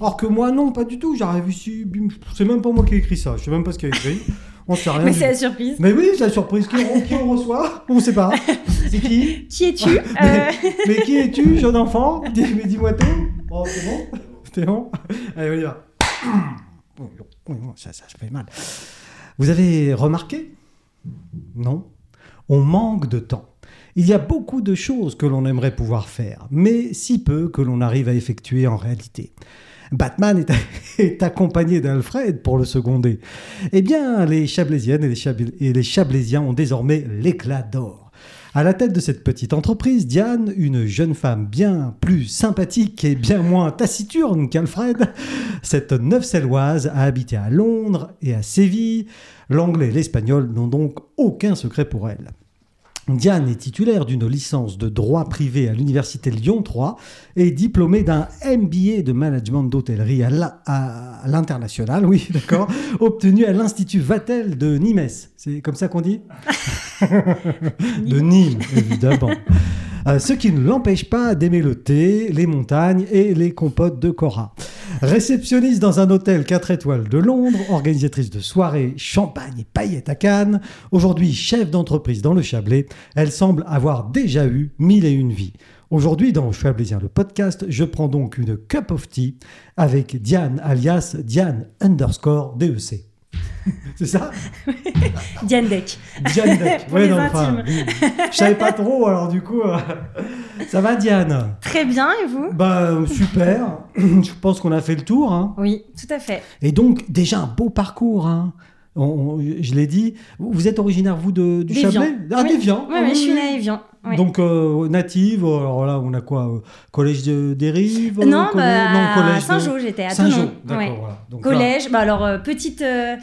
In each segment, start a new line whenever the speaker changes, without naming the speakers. Alors que moi, non, pas du tout. J'arrive ici, bim, c'est même pas moi qui ai écrit ça. Je sais même pas ce qu'il y a écrit. On sait rien.
Mais
du-
c'est la surprise.
Mais oui, c'est la surprise. Qui on, qui on reçoit On sait pas. C'est qui
Qui es-tu Euh,
mais, mais qui es-tu, jeune enfant Dis- Mais dis-moi tout. Bon, c'est bon C'est bon Allez, on y va. Oui, oui, oui, ça, ça fait mal. Vous avez remarqué Non On manque de temps. Il y a beaucoup de choses que l'on aimerait pouvoir faire, mais si peu que l'on arrive à effectuer en réalité. Batman est, est accompagné d'Alfred pour le seconder. Eh bien, les Chablaisiennes et les, Chabl- et les Chablaisiens ont désormais l'éclat d'or. À la tête de cette petite entreprise, Diane, une jeune femme bien plus sympathique et bien moins taciturne qu'Alfred, cette neuf-selloise a habité à Londres et à Séville. L'anglais et l'espagnol n'ont donc aucun secret pour elle. Diane est titulaire d'une licence de droit privé à l'université Lyon 3 et diplômée d'un MBA de management d'hôtellerie à la- à l'international, oui, d'accord, obtenu à l'Institut Vatel de Nîmes. C'est comme ça qu'on dit De Nîmes, évidemment. Euh, ce qui ne l'empêche pas d'aimer le thé, les montagnes et les compotes de Cora. Réceptionniste dans un hôtel 4 étoiles de Londres, organisatrice de soirées, champagne et paillettes à Cannes, aujourd'hui chef d'entreprise dans le Chablais, elle semble avoir déjà eu mille et une vies. Aujourd'hui, dans Chablaisien le podcast, je prends donc une cup of tea avec Diane alias Diane underscore DEC. C'est ça
Diane Deck.
Diane Deck.
Pour les intimes.
je savais pas trop, alors du coup, euh, ça va Diane
Très bien, et vous
Bah euh, super, je pense qu'on a fait le tour. hein.
Oui, tout à fait.
Et donc déjà un beau parcours. hein. On- on- je l'ai dit. Vous êtes originaire vous de, du
D'Évian.
Chablais Ah
Oui.
d'Évian.
Oui, mais je suis hein.
Oui.
naïvian. Oui.
Donc euh, native. Alors là, on a quoi euh, Collège de, des Rives euh,
non,
collè-
bah,
non,
à
collège de-
Saint-Jean, j'étais à
Saint-Jean,
Tonon.
d'accord.
Ouais.
Voilà. Donc là-
Collège, bah alors euh, petite, euh,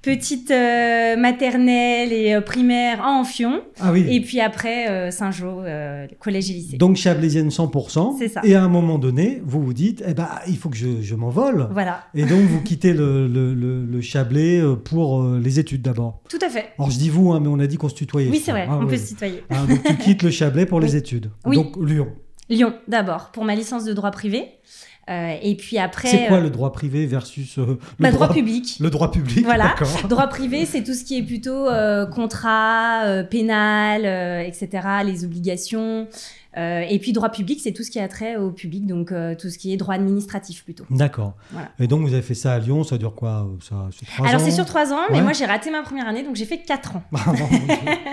petite euh, maternelle et euh, primaire à Enfion,
ah oui.
et puis après euh, Saint-Jean, euh, collège et lycée.
Donc chablaisienne 100%.
C'est ça.
Et à un moment donné, vous vous dites, eh ben, il faut que je, je m'envole.
Voilà,
Et donc vous quittez le, le- le- le Chablais euh, pour euh, les études d'abord.
tout à fait.
Alors je dis vous, hein, mais on a dit qu'on se tutoyait.
Oui,
je
c'est
crois.
vrai,
Ah,
on peut
oui.
se tutoyer.
Ah, donc tu quittes le Chablais pour les
Oui.
études.
Oui.
Donc Lyon.
Lyon, d'abord, pour ma licence de droit privé, euh, et puis après...
C'est quoi
euh,
le droit privé versus euh, le
bah, droit public.
Le droit public,
Voilà.
d'accord.
Droit privé, c'est tout ce qui est plutôt euh, contrat, euh, pénal, euh, etc., les obligations. Euh, et puis droit public, c'est tout ce qui a trait au public, donc euh, tout ce qui est droit administratif plutôt.
D'accord.
Voilà.
Et donc vous avez fait ça à Lyon, ça dure quoi euh, ça, c'est trois
Alors
ans Ah,
c'est sur trois ans, mais
Ouais.
moi j'ai raté ma première année, donc j'ai fait quatre ans.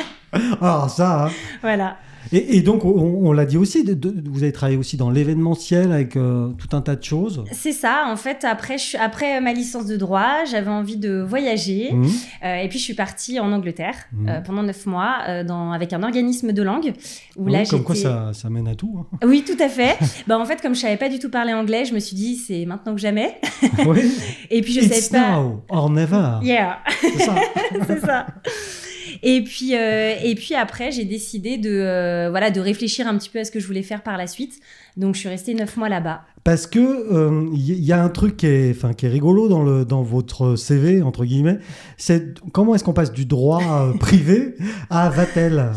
Alors ça. hein.
Voilà.
Et, et donc on, on l'a dit aussi, de- de- vous avez travaillé aussi dans l'événementiel avec euh, tout un tas de choses.
C'est ça, en fait, après, je suis- après euh, ma licence de droit, j'avais envie de voyager.
Mhm.
Euh, et puis je suis partie en Angleterre
Mhm.
euh, pendant neuf mois euh, dans, avec un organisme de langue. Où là,
Oui, Mm, comme quoi
j'étais-
ça, ça mène à tout. hein.
Oui, tout à fait. bah, en fait, comme je savais pas du tout parler anglais, je me suis dit, c'est maintenant que jamais.
oui.
Et puis je
It's
savais pas.
now or never.
Yeah,
C'est ça.
c'est ça. Et puis, euh, et puis après, j'ai décidé de, euh, voilà, de réfléchir un petit peu à ce que je voulais faire par la suite. Donc, je suis restée neuf mois là-bas.
Parce que euh, il y y a un truc qui est, enfin, qui est rigolo dans, le, dans votre CV, entre guillemets, c'est comment est-ce qu'on passe du droit euh, privé à Vatel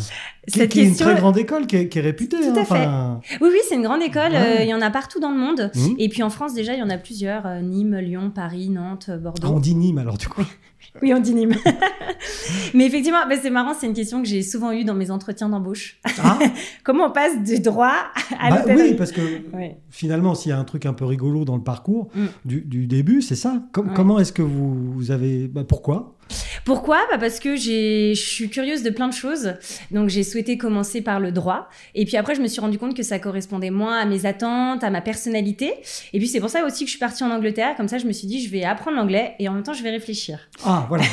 qui,
Cette
qui est une
question.
très grande école qui est, qui est réputée.
Tout à
hein,
fait.
enfin,
Oui, oui, c'est une grande école.
Ouais.
euh, Il y en a partout dans le monde.
Mhm.
Et puis en France, déjà, il y en a plusieurs euh, Nîmes, Lyon, Paris, Nantes, euh,
ah, on
Bordeaux.
dit Nîmes alors du coup.
Oui, on dit Nîmes. Mais effectivement, bah, c'est marrant, c'est une question que j'ai souvent eue dans mes entretiens d'embauche.
Ah,
Comment on passe du droit
bah oui,
à l'hôtellerie
parce que
Ouais.
finalement, s'il y a un truc un peu rigolo dans le parcours
Mm.
du, du début, c'est ça. Com-
Ouais.
Comment est-ce que vous, vous avez. bah, pourquoi
Pourquoi bah Parce que j'ai- je suis curieuse de plein de choses. Donc j'ai souhaité commencer par le droit. Et puis après, je me suis rendu compte que ça correspondait moins à mes attentes, à ma personnalité. Et puis c'est pour ça aussi que je suis partie en Angleterre. Comme ça, je me suis dit, je vais apprendre l'anglais et en même temps, je vais réfléchir.
Ah, voilà.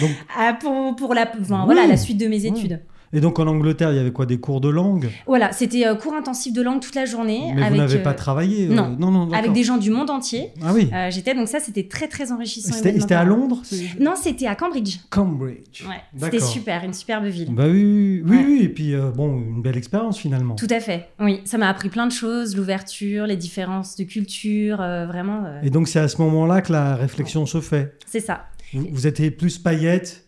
Donc,
Ah, pour pour la, enfin,
Oui.
voilà, la suite de mes
Oui.
études.
et donc en Angleterre, il y avait quoi Des cours de langue
Voilà, c'était euh, cours intensif de langue toute la journée.
Mais vous
avec,
n'avez
euh,
pas travaillé euh,
non.
non, non
avec
d'accord.
des gens du monde entier.
Ah oui.
Euh, J'étais donc ça, c'était très très enrichissant.
C'était
humainement
c'était à
parlant.
Londres c'est-
Non, c'était à Cambridge.
Cambridge.
Ouais, c'était
D'accord.
super, une superbe ville.
Bah oui, oui, oui,
Ouais.
oui, et puis euh, bon, une belle expérience finalement.
Tout à fait, oui. Ça m'a appris plein de choses, l'ouverture, les différences de culture, euh, vraiment, euh,
Et donc c'est à ce moment-là que la réflexion se fait.
c'est ça.
Vous, vous étiez plus paillette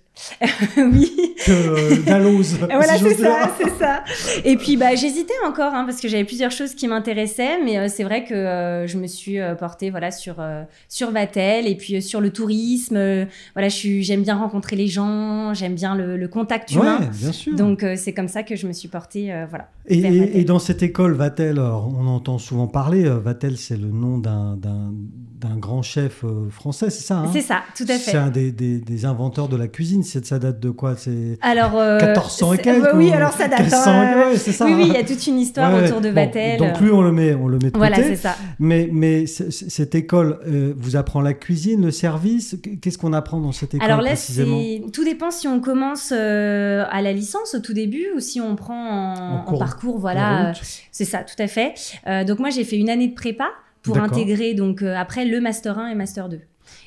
oui.
que euh, Dalloz.
Voilà,
si
c'est
j'ose dire.
ça, c'est ça. Et puis, bah, j'hésitais encore hein, parce que j'avais plusieurs choses qui m'intéressaient, mais euh, c'est vrai que euh, je me suis euh, portée voilà, sur, euh, sur Vatel et puis euh, sur le tourisme. Euh, voilà, je suis- j'aime bien rencontrer les gens, j'aime bien le, le contact humain.
Ouais, bien sûr.
Donc, euh, c'est comme ça que je me suis portée. euh, voilà.
et,
vers
et-
Vatel.
et dans cette école, Vatel, alors, on entend souvent parler, euh, Vatel, c'est le nom d'un- d'un d'un grand chef euh, français, c'est ça hein
c'est ça, tout à fait.
C'est un des, des- des inventeurs de la cuisine. C'est ça date de quoi C'est
Alors, euh,
1400 et
c'est-
quelques.
ouais, Oui,
ou
alors ça date.
1500
hein,
et- ouais, c'est ça.
Oui, oui, il y a toute une histoire
Ouais,
autour de
bon,
Vatel. euh.
donc lui, on le met, on le met de
voilà,
côté.
c'est ça.
Mais, mais c- c- cette école euh, vous apprend la cuisine, le service. Qu- Qu'est-ce qu'on apprend dans cette école
Alors là,
précisément
c'est- tout dépend si on commence euh, à la licence au tout début ou si on prend en,
En cours
en parcours.
La
Voilà, euh,
route
c'est ça, tout à fait. Euh, donc moi, j'ai fait une année de prépa pour
D'accord.
intégrer donc euh, après le master 1 et master 2.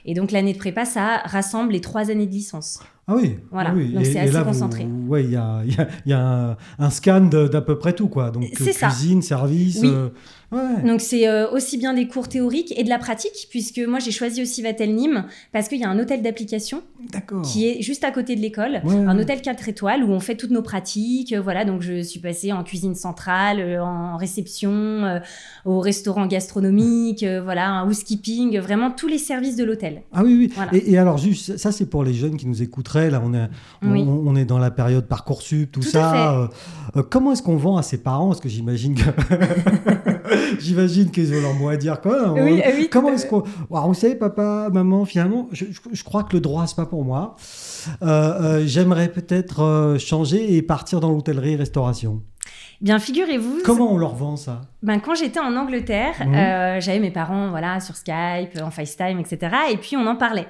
Et donc l'année de prépa, ça rassemble les trois années de licence.
Ah oui.
Voilà,
ah oui.
donc c'est assez
là, vous-
concentré.
ouais, il y a, il y a- il y a un, un scan de- d'à peu près tout quoi. Donc
C'est
euh,
ça.
cuisine, service.
Oui.
euh, ouais.
Donc c'est euh, aussi bien des cours théoriques et de la pratique, puisque moi j'ai choisi aussi Vatel Nîmes parce qu'il y a un hôtel d'application
D'accord.
qui est juste à côté de l'école.
Ouais,
un
ouais.
hôtel 4 étoiles où on fait toutes nos pratiques. euh, Voilà, donc je suis passée en cuisine centrale, euh, en réception, euh, au restaurant gastronomique, euh, voilà, en housekeeping, euh, vraiment tous les services de l'hôtel.
Ah oui, oui.
Voilà.
Et, et alors, juste, ça, c'est pour les jeunes qui nous écouteraient. Là, on est, on,
Oui.
on est dans la période Parcoursup, tout,
Tout à
ça. Euh, euh, comment est-ce qu'on vend à ses parents Parce que j'imagine que. j'imagine qu'ils ont leur mot à dire, quoi. On-
euh, oui.
oh. Comment
tout à
est-ce
fait.
qu'on. Alors, vous savez, papa, maman, finalement, je, je- je crois que le droit, c'est pas pour moi. Euh, euh, J'aimerais peut-être euh, changer et partir dans l'hôtellerie-restauration.
Bien, figurez-vous.
Comment on leur vend ça
Ben, quand j'étais en Angleterre,
Mhm.
euh, j'avais mes parents voilà, sur Skype, en FaceTime, etc. Et puis, on en parlait.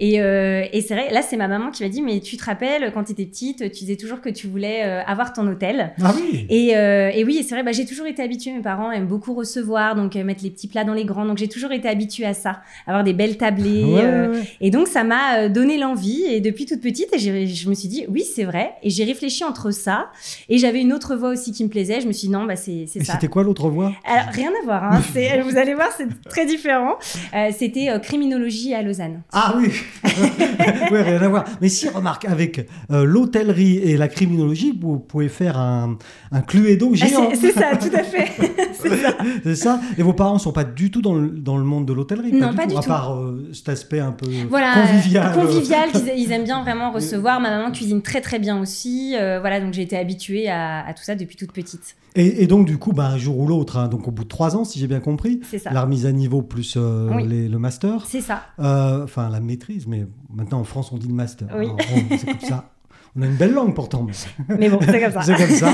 Et, euh, et c'est vrai, là, c'est ma maman qui m'a dit Mais tu te rappelles, quand tu étais petite, tu disais toujours que tu voulais euh, avoir ton hôtel.
Ah oui
Et, euh, et oui, et c'est vrai, bah, j'ai toujours été habituée, mes parents aiment beaucoup recevoir, donc euh, mettre les petits plats dans les grands, donc j'ai toujours été habituée à ça, avoir des belles tablées.
Ah Ouais,
euh,
ouais, ouais.
et donc ça m'a euh, donné l'envie, et depuis toute petite, et j'ai- je me suis dit, oui, c'est vrai, et j'ai réfléchi entre ça, et j'avais une autre voix aussi qui me plaisait, je me suis dit, non, bah, c'est c'est
Et
ça.
c'était quoi l'autre voie
Alors, rien à voir, hein, c'est- vous allez voir, c'est très différent. Euh, C'était euh, criminologie à Lausanne.
Ah oui Oui, rien à voir. Mais si, remarque, avec euh, l'hôtellerie et la criminologie, vous pouvez faire un, un cluedo
Ah,
géant.
c'est- C'est ça, tout à fait. C'est ça.
C'est ça Et vos parents sont pas du tout dans le, dans le monde de l'hôtellerie
Non, pas du
À
tout.
part euh, cet aspect un peu
voilà,
convivial.
euh, convivial, qu'ils- ils, aiment bien vraiment recevoir. Ma maman cuisine très très bien aussi. Euh, voilà, donc j'ai été habituée à, à tout ça depuis toute petite.
Et, et donc, du coup, bah, un jour ou l'autre, hein, donc au bout de trois ans, si j'ai bien compris,
C'est ça.
la remise à niveau plus euh,
Oui.
les- le master,
C'est ça.
euh, enfin la maîtrise, mais maintenant en France, on dit le master.
Oui.
Alors, on- C'est comme ça. On a une belle langue pourtant. mais-
Mais bon, c'est comme ça.
C'est comme ça.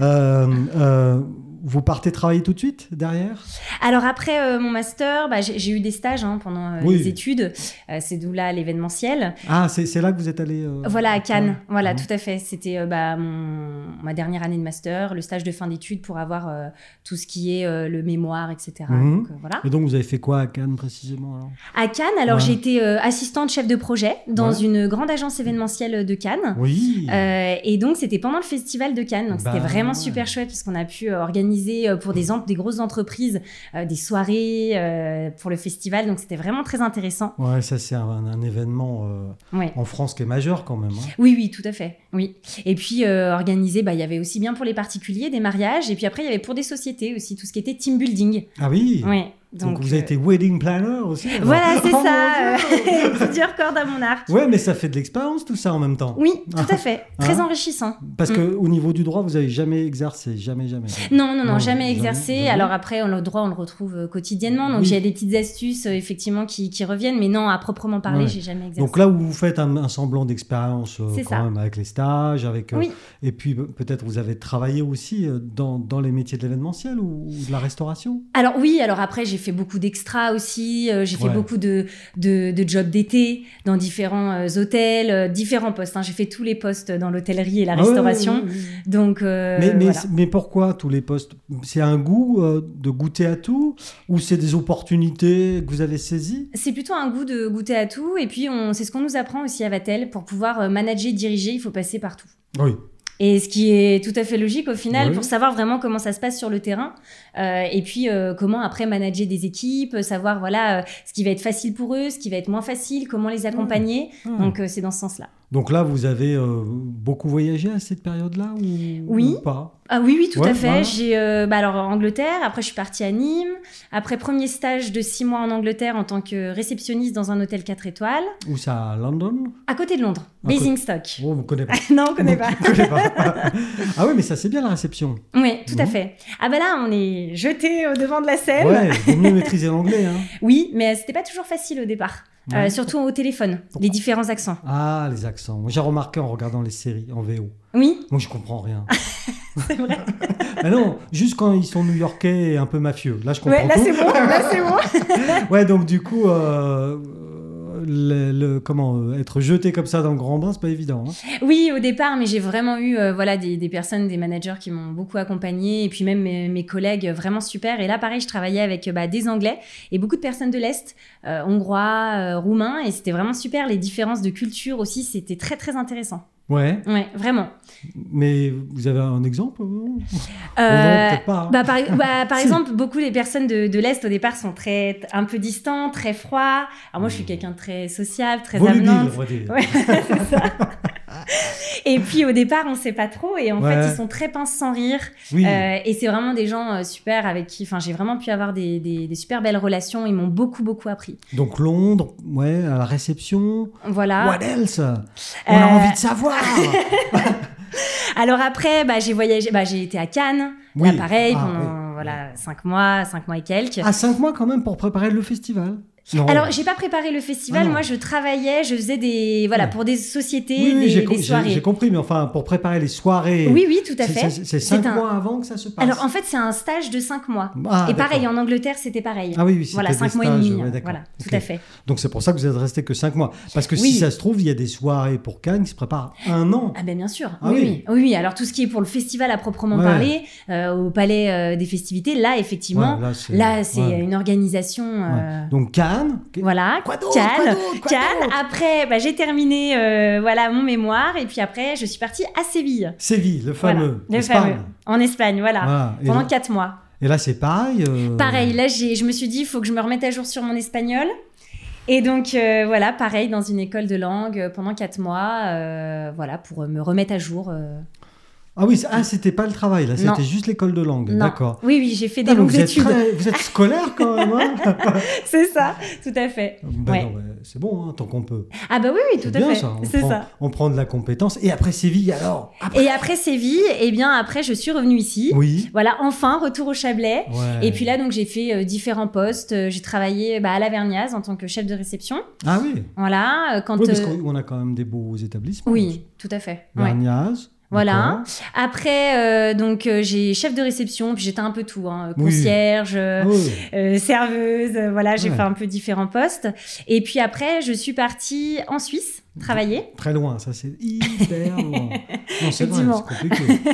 Euh, euh, vous partez travailler tout de suite derrière
Alors après euh, mon master, bah, j'ai j'ai eu des stages hein, pendant euh,
Oui.
les études. Euh, c'est d'où là l'événementiel.
Ah, c'est c'est là que vous êtes allé euh,
Voilà, à Cannes. Voilà,
Mhm.
tout à fait. C'était euh, bah, mon- ma dernière année de master, le stage de fin d'études pour avoir euh, tout ce qui est euh, le mémoire, etc.
Mhm.
Donc, euh, voilà.
Et donc, vous avez fait quoi à Cannes précisément alors
À Cannes, alors
Ouais.
j'étais euh, assistante chef de projet dans
Ouais.
une grande agence événementielle de Cannes.
Oui.
Euh, et donc, c'était pendant le festival de Cannes. Donc,
Mmh. Bah, Mmh.
c'était vraiment
ouais.
super chouette parce qu'on a pu euh, organiser euh, pour des, en- des grosses entreprises euh, des soirées euh, pour le festival. Donc, c'était vraiment très intéressant.
Ouais, ça c'est un, un événement euh,
Ouais.
en France qui est majeur quand même. hein.
Oui, oui, tout à fait. Oui. Et puis, euh, organiser, bah, il y avait aussi bien pour les particuliers des mariages. Et puis après, il y avait pour des sociétés aussi tout ce qui était team building.
Ah oui.
Ouais.
Donc, vous
euh,
avez été wedding planner aussi. alors
Voilà, c'est
Oh mon
ça.
Dieu.
euh, plusieurs cordes à mon arc.
Ouais, mais ça fait de l'expérience tout ça en même temps.
Oui, Mm. tout à fait. Très
Hein
enrichissant.
Parce que au niveau du droit, vous avez jamais exercé, jamais, jamais.
Non, non, non,
Non, jamais,
jamais exercé.
jamais.
Alors après, on, le droit, on le retrouve euh, quotidiennement. Donc
Oui.
il y a des petites astuces, euh, effectivement, qui, qui reviennent. Mais non, à proprement parler,
Ouais.
j'ai jamais exercé.
Donc là où vous faites un, un semblant d'expérience euh,
C'est
quand
ça.
même avec les stages, avec euh,
Oui.
et puis pe- peut-être vous avez travaillé aussi euh, dans, dans les métiers de l'événementiel ou, ou de la restauration.
Alors oui, alors après, j'ai fait beaucoup d'extras aussi. euh, j'ai
Ouais.
fait beaucoup de, de, de jobs d'été dans différents euh, hôtels, euh, différents postes. hein. J'ai fait tous les postes dans l'hôtellerie et la
Ah ouais,
restauration.
ouais, ouais, ouais.
Donc, euh,
mais, mais,
voilà.
mais pourquoi tous les postes C'est un goût euh, de goûter à tout ou c'est des opportunités que vous avez saisies
C'est plutôt un goût de goûter à tout. Et puis, on, c'est ce qu'on nous apprend aussi à Vatel. Pour pouvoir euh, manager, diriger, il faut passer partout.
Oui.
Et ce qui est tout à fait logique au final
Bah Oui.
pour savoir vraiment comment ça se passe sur le terrain euh, et puis euh, comment après manager des équipes,
Mmh.
savoir voilà euh, ce qui va être facile pour eux, ce qui va être moins facile, comment les accompagner. Donc euh, c'est dans ce sens-là.
Ah. Donc là, vous avez euh, beaucoup voyagé à cette période-là ou,
Oui.
ou pas
Ah oui, oui, tout
Ouais,
à fait.
voilà.
J'ai euh, bah alors en Angleterre, après je suis partie à Nîmes, après premier stage de six mois en Angleterre en tant que réceptionniste dans un hôtel 4 étoiles,
Ou ça à London
à côté de Londres,
À côté-
Basingstoke.
Oh, on ne connaît pas.
non, on connaît pas.
On connaît pas. ah oui, mais ça c'est bien la réception.
Oui, tout à
Mhm.
fait. Ah bah là, on est jeté au devant de la scène.
Ouais, vaut mieux maîtriser l'anglais. Hein.
Oui, mais euh, c'était pas toujours facile au départ, Euh,
Ouais.
surtout au téléphone,
Pourquoi
les différents accents.
Ah, les accents. Moi, J'ai remarqué en regardant les séries en VO.
Oui,
Moi, je comprends rien.
c'est vrai.
Ah non, juste quand ils sont new-yorkais et un peu mafieux. Là, je comprends
Ouais, là
tout.
c'est bon, là c'est bon.
Ouais, donc du coup, euh, euh, le, le- comment euh, être jeté comme ça dans le grand bain, c'est pas évident. hein.
Oui, au départ, mais j'ai vraiment eu euh, voilà des, des personnes, des managers qui m'ont beaucoup accompagnée, et puis même mes, mes collègues euh, vraiment super. Et là, pareil, je travaillais avec euh, bah, des Anglais et beaucoup de personnes de l'Est, euh, hongrois, euh, roumains, et c'était vraiment super. Les différences de culture aussi, c'était très très intéressant.
Ouais,
Ouais, vraiment.
mais vous avez un exemple non
Euh,
Non, peut-être pas. hein.
Bah, par, bah, par
Si.
exemple, beaucoup des personnes de, de l'Est au départ sont très un peu distants, très froids. Alors moi, je
Mmh.
suis quelqu'un de très sociable, très
Volubile,
avenante.
on va dire.
Ouais, c'est ça. Et puis au départ, on sait pas trop. Et en
Ouais.
fait, ils sont très pinces sans rire.
Oui.
Euh, et c'est vraiment des gens euh, super avec qui, enfin, j'ai vraiment pu avoir des, des- des super belles relations. Ils m'ont beaucoup beaucoup appris.
Donc Londres, ouais, à la réception.
Voilà.
What else On a
Ah. Euh,
envie de savoir.
Alors après, bah, j'ai voyagé, bah, j'ai été à Cannes.
Oui.
Là, pareil,
Ah,
pendant
oui. Ah,
voilà cinq mois, cinq mois et quelques.
À 5 mois quand même pour préparer le festival. Non.
Alors, j'ai pas préparé le
oh. Ah
festival.
non.
Moi, je travaillais, je faisais des voilà
Ouais.
pour des sociétés,
oui, oui,
des,
j'ai
des
co- j'ai- j'ai
soirées.
compris, mais enfin pour préparer les soirées.
Oui, oui, tout à
c'est-
fait.
c'est- C'est
C'est
5
un-
mois avant que ça se passe.
Alors, en fait, c'est un stage de cinq mois.
Ah,
et pareil,
d'accord.
en Angleterre, c'était pareil.
Ah oui, oui, c'était
voilà,
des
cinq mois et
stages,
demi.
ouais,
hein.
d'accord.
voilà,
Ok.
tout à fait.
Donc c'est pour ça que vous êtes resté que 5 mois. Parce que si
Oui.
ça se trouve, il y a des soirées pour Cannes qui se préparent un an.
Ah ben bien sûr,
Ah
oui,
oui.
oui. oui, oui. Alors tout ce qui est pour le festival à proprement
Ouais.
parler, euh, au palais euh, des festivités, là effectivement,
Ouais, là, c'est-
là c'est
ouais.
une organisation. euh,
Donc Cannes. que-
Voilà,
Quoi d'autre
Cannes,
Quoi d'autre Quoi
Cannes.
d'autre
Après, bah, j'ai terminé euh, voilà mon mémoire et puis après, je suis partie à Séville.
Séville, le fameux.
Voilà, le
Espagne.
fameux. En Espagne, voilà.
Voilà. Et,
Pendant
là-
quatre mois.
et là, c'est pareil. euh,
Pareil, là, j'ai, je me suis dit, il faut que je me remette à jour sur mon espagnol. Et donc, euh, voilà, pareil, dans une école de langue euh, pendant quatre mois, euh, voilà, pour euh, me remettre à jour. euh.
Ah oui, c'est- ah, c'était pas le travail, là,
Non.
c'était juste l'école de langue.
Non.
D'accord.
Oui, oui, j'ai fait des
Putain, Ah, donc
longues
vous, êtes
études.
très- vous êtes scolaire quand même. hein
C'est ça, tout à fait.
Ben
Ouais.
non, ben, c'est bon, hein, tant qu'on peut.
Ah bah oui, oui, tout
C'est
à
bien
fait.
ça. On
C'est
prend,
ça.
on prend de la compétence. Et après Séville, alors Après-
Et après Séville, eh bien, après, je suis revenue ici.
Oui.
Voilà, enfin, retour au Chablais.
Ouais.
Et puis là, donc, j'ai fait euh, différents postes. Euh, J'ai travaillé bah, à l'Averniaz en tant que chef de réception.
Ah oui.
Voilà, euh, quand...
oui, parce
euh,
qu'on a quand même des beaux établissements.
oui, tout à fait. ouais.
Vergnaz.
Voilà. Après, euh, donc euh, j'ai chef de réception, puis j'étais un peu tout, hein,
Oui.
concierge, euh,
d'accord. Ah oui.
euh, serveuse, euh, voilà, j'ai
Ouais.
fait un peu différents postes. Et puis après, je suis partie en Suisse travailler.
Très loin, ça c'est hyper loin. Non, c'est vrai,
Effectivement.
c'est compliqué.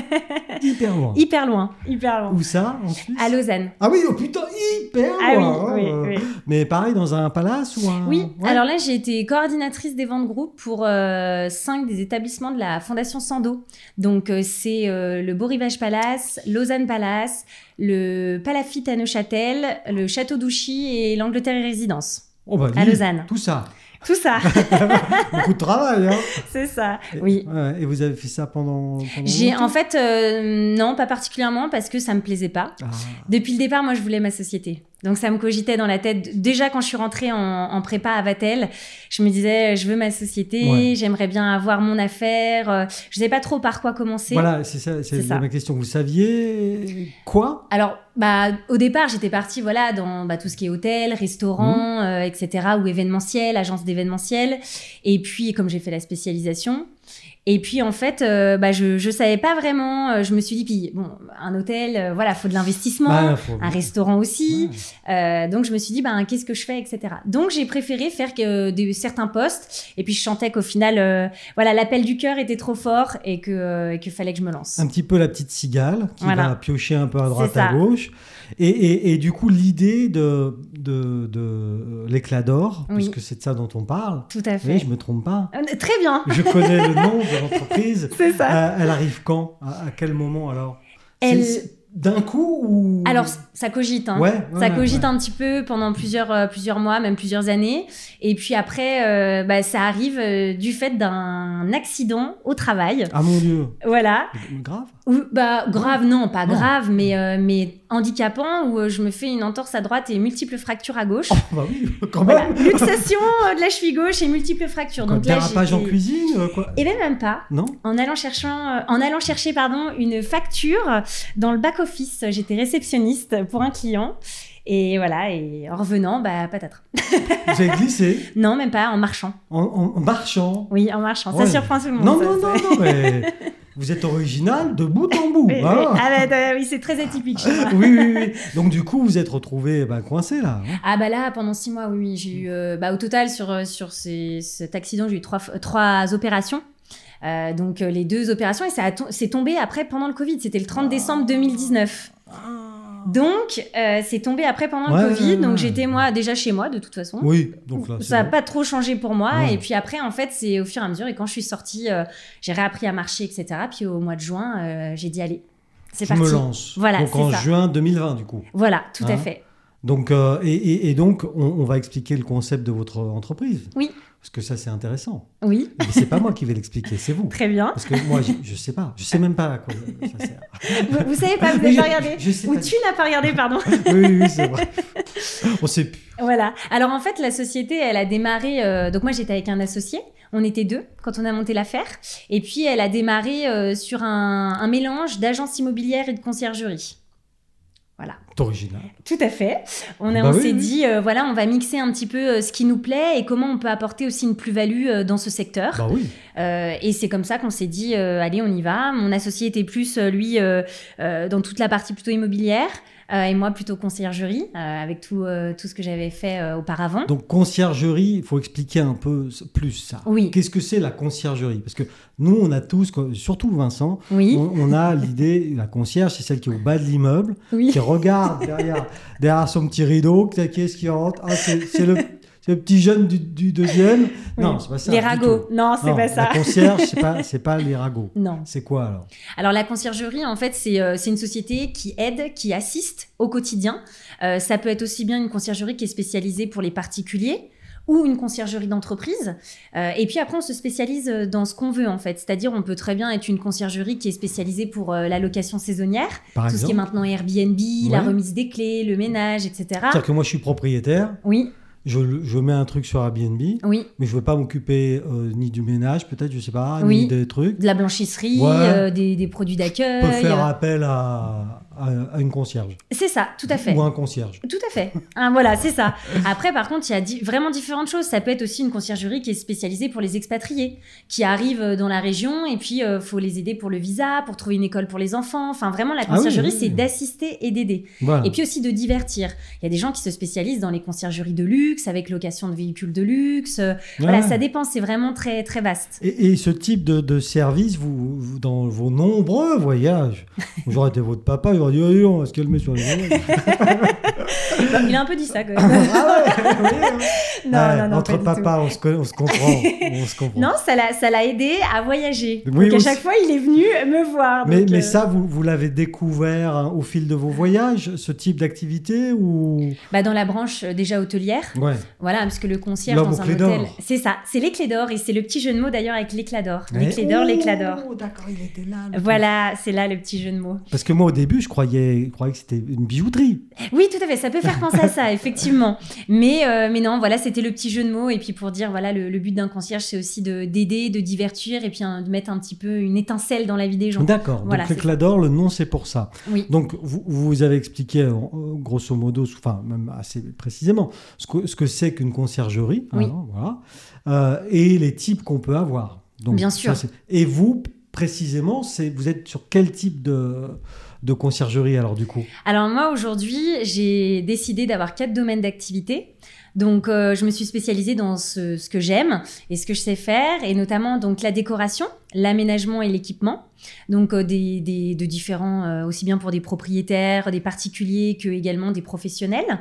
Hyper loin.
Hyper loin, hyper loin.
Où ça, en Suisse
À Lausanne.
Ah oui, oh putain, hyper
Ah oui,
loin.
oui,
hein.
oui.
Mais pareil, dans un palace ou un.
Oui,
Ouais.
alors là, j'ai été coordinatrice des ventes groupes pour euh, cinq des établissements de la Fondation Sando. Donc, euh, c'est euh, le Beau Rivage Palace, Lausanne Palace, le Palafit à Neuchâtel, le Château d'Ouchy et l'Angleterre et Résidence.
Oh, bah,
à
dis,
Lausanne.
Tout ça.
Tout ça,
Beaucoup de travail, hein.
c'est ça.
Et-
Oui.
ouais, et vous avez fait ça pendant. pendant
J'ai
longtemps
en fait euh, non pas particulièrement parce que ça me plaisait pas.
Ah,
Depuis le départ, moi je voulais ma société. Donc ça me cogitait dans la tête. Déjà quand je suis rentrée en, en prépa à Vatel, je me disais je veux ma société,
Ouais.
j'aimerais bien avoir mon affaire. euh, Je savais pas trop par quoi commencer.
Voilà, c'est ça, c'est
C'est ça.
ma question. Vous saviez quoi
Alors, bah, au départ, j'étais partie voilà, dans bah, tout ce qui est hôtel,
Mmh.
restaurant, euh, etc., ou événementiel, agence d'événementiel. Et puis, comme j'ai fait la spécialisation, et puis en fait, euh, bah, je je savais pas vraiment. euh, Je me suis dit, puis bon, un hôtel, euh, voilà, faut de l'investissement.
Bah, faut-
un restaurant
Ouais.
aussi. Euh, donc je me suis dit, ben, qu'est-ce que je fais, etc. Donc j'ai préféré faire que euh, des, certains postes. Et puis je sentais qu'au final, euh, voilà, l'appel du cœur était trop fort et que euh, et qu'il fallait que je me lance.
un petit peu la petite cigale qui
Voilà.
va piocher un peu à droite
C'est ça.
à gauche. Et, et- et du coup, l'idée de, de, de l'éclat d'or,
Oui.
puisque c'est de ça dont on parle,
Tout à
oui,
fait.
je me trompe pas.
Euh, Très bien.
Je connais le nom de l'entreprise.
C'est ça.
Euh, elle arrive quand à, à quel moment alors C'est-
Elle-
c'est- d'un coup ou
Alors, ça cogite. Hein.
Ouais, ouais,
ça cogite
ouais.
un petit peu pendant plusieurs, euh, plusieurs mois, même plusieurs années. Et puis après, euh, bah, ça arrive euh, du fait d'un accident au travail.
Ah mon dieu,
Voilà.
Mais grave.
Ou, bah, grave, non, pas
Non.
grave, mais, euh, mais handicapant, où euh, je me fais une entorse à droite et multiples fractures à gauche.
Oh, bah oui, quand
Voilà.
même.
Luxation euh, de la cheville gauche et multiples fractures.
Quoi,
Donc là,
dérapage en
j'étais-
cuisine, euh, quoi.
Eh ben même pas.
Non
En allant, cherchant, euh, en allant chercher pardon, une facture dans le back-office, j'étais réceptionniste pour un client. Et voilà, et en revenant, bah patatras.
Vous avez glissé
Non, même pas, en marchant.
en, en- en marchant.
Oui, en marchant.
Ouais.
Ça surprend tout le monde.
Non,
ça,
non,
ça.
non, non, mais vous êtes original de bout en bout.
Oui, oui.
hein.
Ah bah, bah, oui, c'est très atypique. chez moi.
oui, oui, oui. Donc du coup, vous êtes retrouvé ben, coincé là. hein.
Ah bah là, pendant six mois, oui, oui, j'ai eu... euh, bah, au total, sur, euh, sur ces- cet accident, j'ai eu trois, f- trois opérations. Euh, donc euh, les deux opérations, et ça a to- c'est tombé après pendant le Covid. C'était le 30 décembre 2019. Donc euh, c'est tombé après pendant
Ouais,
le Covid.
ouais, ouais.
Donc j'étais moi déjà chez moi de toute façon.
Oui, donc là,
Ah. ça n'a
c'est bon.
pas trop changé pour moi.
Ouais.
Et puis après, en fait, c'est au fur et à mesure. Et quand je suis sortie, euh, j'ai réappris à marcher, etc. Puis au mois de juin, euh, j'ai dit allez, c'est
je
parti.
me lance.
Voilà,
donc
c'est
en
ça.
juin 2020, du coup.
Voilà, tout
Hein.
à fait.
Donc, euh, et, et- et donc, on, on va expliquer le concept de votre entreprise.
Oui.
Parce que ça, c'est intéressant.
Oui,
Mais c'est pas moi qui vais l'expliquer, c'est vous.
très bien.
Parce que moi, je, je sais pas. Je sais même pas à quoi ça sert.
Vous, vous savez pas, vous
Oui,
n'avez
je-
pas regardé.
je sais
Ou
pas.
tu n'as pas regardé, pardon.
Oui, oui, oui, c'est vrai. On sait plus.
Voilà. Alors en fait, la société, elle a démarré. euh, donc moi, j'étais avec un associé. On était deux quand on a monté l'affaire. Et puis, elle a démarré euh, sur un, un mélange d'agence immobilière et de conciergerie.
C'est original.
Tout à fait. On, a-
Bah
on
oui,
s'est
oui.
dit, euh, voilà, on va mixer un petit peu euh, ce qui nous plaît et comment on peut apporter aussi une plus-value euh, dans ce secteur.
Bah oui.
Euh, et c'est comme ça qu'on s'est dit, euh, allez, on y va. Mon associé était plus, euh, lui, euh, euh, dans toute la partie plutôt immobilière. euh, et moi plutôt conciergerie, euh, avec tout, euh, tout ce que j'avais fait euh, auparavant.
Donc, conciergerie, il faut expliquer un peu ce- plus ça.
Oui.
Qu'est-ce que c'est la conciergerie Parce que nous, on a tous, quoi, surtout Vincent,
Oui,
on, on a l'idée, la concierge, c'est celle qui est au bas de l'immeuble,
oui.
qui regarde derrière, derrière son petit rideau, qui qui est-ce qui rentre Ah, c'est c'est le, c'est le petit jeune du, du deuxième. Non,
Oui.
c'est pas ça.
Les
du
ragots.
tout.
Non, c'est
Non,
pas ça.
La concierge, c'est pas, c'est pas les ragots.
Non.
C'est quoi alors
Alors la conciergerie, en fait, c'est euh, c'est une société qui aide, qui assiste au quotidien. Euh, ça peut être aussi bien une conciergerie qui est spécialisée pour les particuliers ou une conciergerie d'entreprise. Euh, et puis après, on se spécialise euh, dans ce qu'on veut, en fait. C'est-à-dire, on peut très bien être une conciergerie qui est spécialisée pour euh, la location saisonnière,
Par
tout ce qui est
exemple,
maintenant Airbnb, la
Ouais.
remise des clés, le ménage, etc.
c'est-à-dire que moi, je suis propriétaire,
Oui,
je, le- je mets un truc sur Airbnb,
oui.
mais je veux pas m'occuper euh, ni du ménage, peut-être, je sais pas, ni
Oui.
des trucs.
De la blanchisserie,
Ouais.
euh, des, des produits
Je peux
d'accueil.
faire appel à, à- à une concierge
C'est ça, tout à fait.
ou un concierge.
Tout à fait. Hein, voilà, c'est ça. Après, par contre, il y a di- vraiment différentes choses. Ça peut être aussi une conciergerie qui est spécialisée pour les expatriés, qui arrivent euh, dans la région et puis euh, faut les aider pour le visa, pour trouver une école pour les enfants. Enfin, vraiment, la
Ah oui,
conciergerie,
oui,
c'est
oui.
d'assister et d'aider.
Voilà.
Et puis aussi de divertir. Il y a des gens qui se spécialisent dans les conciergeries de luxe, avec location de véhicules de luxe. Euh, Voilà,
Ouais.
ça dépend. C'est vraiment très, très vaste.
Et, et ce type de, de service, vous, vous- dans vos nombreux voyages, j'aurais été votre papa, j'aurais dit, Eh, oh, Allez, on va se calmer sur les voyages.
Il a un peu dit ça, quand même.
Ah ouais, vous voyez, hein.
Non,
Ouais,
non, non,
entre
pas du tout.
papa, on se, conna- on se comprend. on se comprend.
Non, ça l'a, ça l'a aidé à voyager.
Oui,
donc à
aussi.
chaque fois, il est venu me voir.
mais,
donc,
mais
euh,
ça, vous, vous l'avez découvert hein, au fil de vos voyages, ce type d'activité ou...
bah, dans la branche euh, déjà hôtelière,
Ouais,
Voilà, parce que le concierge
L'homme aux
dans un
clés
hôtel,
d'or.
c'est ça, c'est les clés d'or et c'est le petit jeu de mots d'ailleurs avec l'éclat d'or.
Ouais.
Les clés d'or, l'éclat d'or.
Oh, D'accord, il était là. le
Voilà, c'est là le petit jeu de mots.
truc. Parce que moi, au début, je croyais, je croyais que c'était une bijouterie.
Oui, tout à fait, ça peut faire penser à ça, effectivement. Mais, euh, mais non, voilà, c'était le petit jeu de mots. Et puis pour dire, voilà, le, le but d'un concierge, c'est aussi de- d'aider, de, divertir et puis hein, de mettre un petit peu une étincelle dans la vie des gens.
D'accord.
Voilà,
donc
c'est
l'éclat d'or, le nom, c'est pour ça.
Oui.
Donc vous, vous avez expliqué euh, grosso modo, enfin même assez précisément, ce que ce que c'est qu'une conciergerie,
Oui.
hein, voilà, euh, et les types qu'on peut avoir. Donc,
Bien
ça,
sûr.
c'est- et vous précisément, c'est vous êtes sur quel type de de conciergerie alors du coup
Alors moi aujourd'hui, j'ai décidé d'avoir quatre domaines d'activité. Donc euh, je me suis spécialisée dans ce, ce que j'aime et ce que je sais faire, et notamment donc la décoration, l'aménagement et l'équipement. Donc euh, des, des- de différents, euh, aussi bien pour des propriétaires, des particuliers que également des professionnels.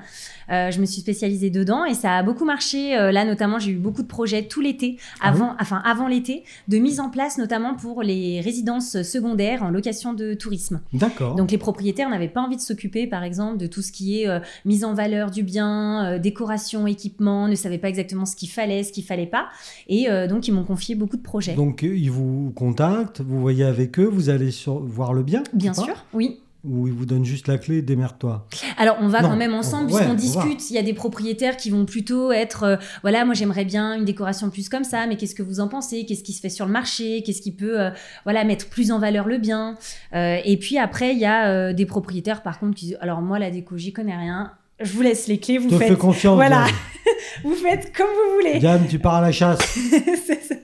Euh, je me suis spécialisée dedans et ça a beaucoup marché. Euh, là notamment, j'ai eu beaucoup de projets tout l'été,
Ah oui
avant, enfin avant l'été, de mise en place notamment pour les résidences secondaires en location de tourisme.
D'accord.
Donc les propriétaires n'avaient pas envie de s'occuper, par exemple, de tout ce qui est euh, mise en valeur du bien, euh, décoration, équipement, ne savaient pas exactement ce qu'il fallait, ce qu'il fallait pas, et euh, donc ils m'ont confié beaucoup de projets.
Donc, euh, ils vous contactent, vous voyez avec eux, vous allez sur- voir le bien
Bien
ou pas
sûr, oui.
Ou ils vous donnent juste la clé, démerde-toi.
Alors on va
Non,
quand même
on-
ensemble
ouais,
puisqu'on
on
discute. Il y a des propriétaires qui vont plutôt être, euh, voilà, moi j'aimerais bien une décoration plus comme ça, mais qu'est-ce que vous en pensez Qu'est-ce qui se fait sur le marché Qu'est-ce qui peut, euh, voilà, mettre plus en valeur le bien Euh, Et puis après il y a euh, des propriétaires par contre qui disent, alors moi la déco j'y connais rien. Je vous laisse les clés,
Je
vous
te
faites
fais confiance.
Voilà. Vous faites comme vous
Diane.
voulez.
Diane, tu pars à la chasse.
c'est ça.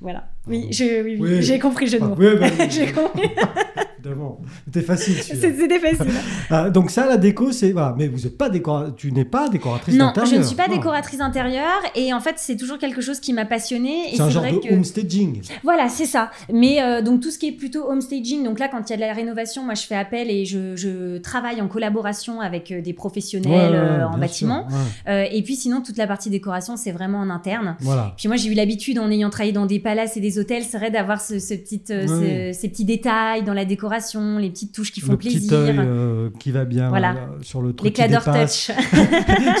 voilà. Oui, je- oui, oui,
Ah. Oui.
j'ai compris le jeu de
Ah,
mots.
oui, bah oui.
j'ai compris.
Évidemment. C'était facile. celui-là.
C'est- C'était facile.
Ah, donc ça, la déco, c'est... voilà. mais vous êtes pas décora- tu n'es pas décoratrice
Non,
d'intérieur. Ah.
je ne suis pas
Non.
décoratrice intérieure et en fait, c'est toujours quelque chose qui m'a passionnée. et
C'est un genre
vrai
de
que...
homestaging.
Voilà, c'est ça. Mais euh, donc tout ce qui est plutôt home staging, donc là quand il y a de la rénovation, moi je fais appel et je, je travaille en collaboration avec euh, des professionnels
Ouais, ouais,
euh,
ouais,
en
bien sûr.
bâtiment.
Ouais,
Euh, et puis sinon toute la partie décoration, c'est vraiment en interne.
voilà.
Puis moi, j'ai eu l'habitude, en ayant travaillé dans des palaces et des hôtels, c'est vrai d'avoir ce, ce petit, euh,
Oui,
ce- ces petits détails dans la décoration, les petites touches qui font
le petit
plaisir.
œil euh, qui va bien
Voilà.
euh, sur le truc qui
L'éclat
dépasse,
touch,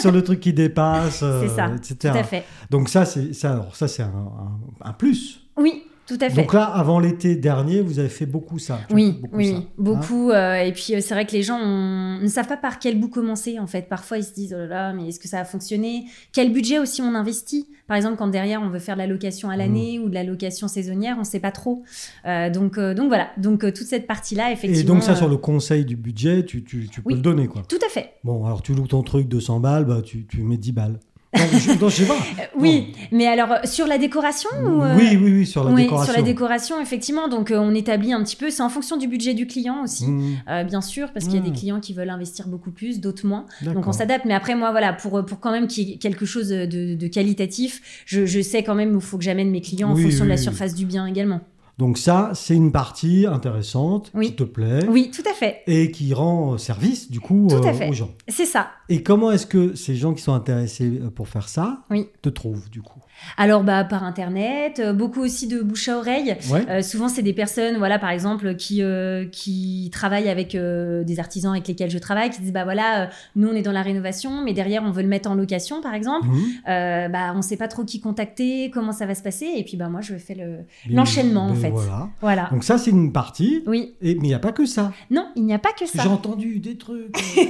sur le truc qui dépasse, euh,
C'est ça,
etc.
tout à fait.
Donc ça, c'est ça, alors ça c'est un, un- un plus.
Oui, tout à fait.
Donc là, avant l'été dernier, vous avez fait beaucoup ça. tu
oui,
vois, beaucoup
oui,
ça, hein.
beaucoup. euh, et puis euh, c'est vrai que les gens ont- ne savent pas par quel bout commencer en fait. Parfois ils se disent oh là là, mais est-ce que ça a fonctionné Quel budget aussi on investit Par exemple, quand derrière on veut faire de la location à
Mm.
l'année ou de la location saisonnière, on ne sait pas trop. Euh, donc, euh, donc voilà. Donc euh, toute cette partie-là, effectivement.
Et donc ça,
euh,
sur le conseil du budget, tu, tu- tu peux
oui.
le donner quoi.
Tout à fait.
Bon, alors tu loues ton truc 200 balles, bah, tu, tu mets 10 balles. Non, je, non, je sais pas.
Euh, oui, mais alors euh, sur la décoration ou euh,
Oui, oui, oui, sur la
oui,
décoration.
sur la décoration, effectivement. Donc, euh, on établit un petit peu. C'est en fonction du budget du client aussi,
Mmh,
Euh, bien sûr, parce qu'il y a
Mm.
des clients qui veulent investir beaucoup plus, d'autres moins. Donc, on
d'accord.
s'adapte. Mais après, moi, voilà, pour, euh, pour quand même qu'il y ait quelque chose de, de qualitatif, je, je sais quand même où il faut que j'amène mes clients
Oui,
en fonction de la
oui, oui.
surface du bien également.
Donc ça, c'est une partie intéressante
Oui.
qui te plaît
Oui, tout à fait.
et qui rend euh, service du coup
Tout à
euh,
fait.
aux gens.
C'est ça.
Et comment est-ce que ces gens qui sont intéressés euh, pour faire ça
Oui.
te trouvent du coup
Alors, bah, par Internet, euh, beaucoup aussi de bouche à oreille.
Ouais.
Euh, souvent, c'est des personnes, voilà, par exemple, qui, euh, qui travaillent avec euh, des artisans avec lesquels je travaille, qui disent, bah voilà, euh, nous, on est dans la rénovation, mais derrière, on veut le mettre en location, par exemple.
Mmh.
Euh, bah, on sait pas trop qui contacter, comment ça va se passer. Et puis, bah, moi, je fais le...
Mais-
L'enchaînement, en
mais
fait.
Ben
Ah.
Voilà.
Voilà.
Donc ça, c'est une partie.
Oui.
Et, mais il n'y a pas que ça.
Non, il n'y a pas que
J'ai
ça. Ah
entendu des trucs euh,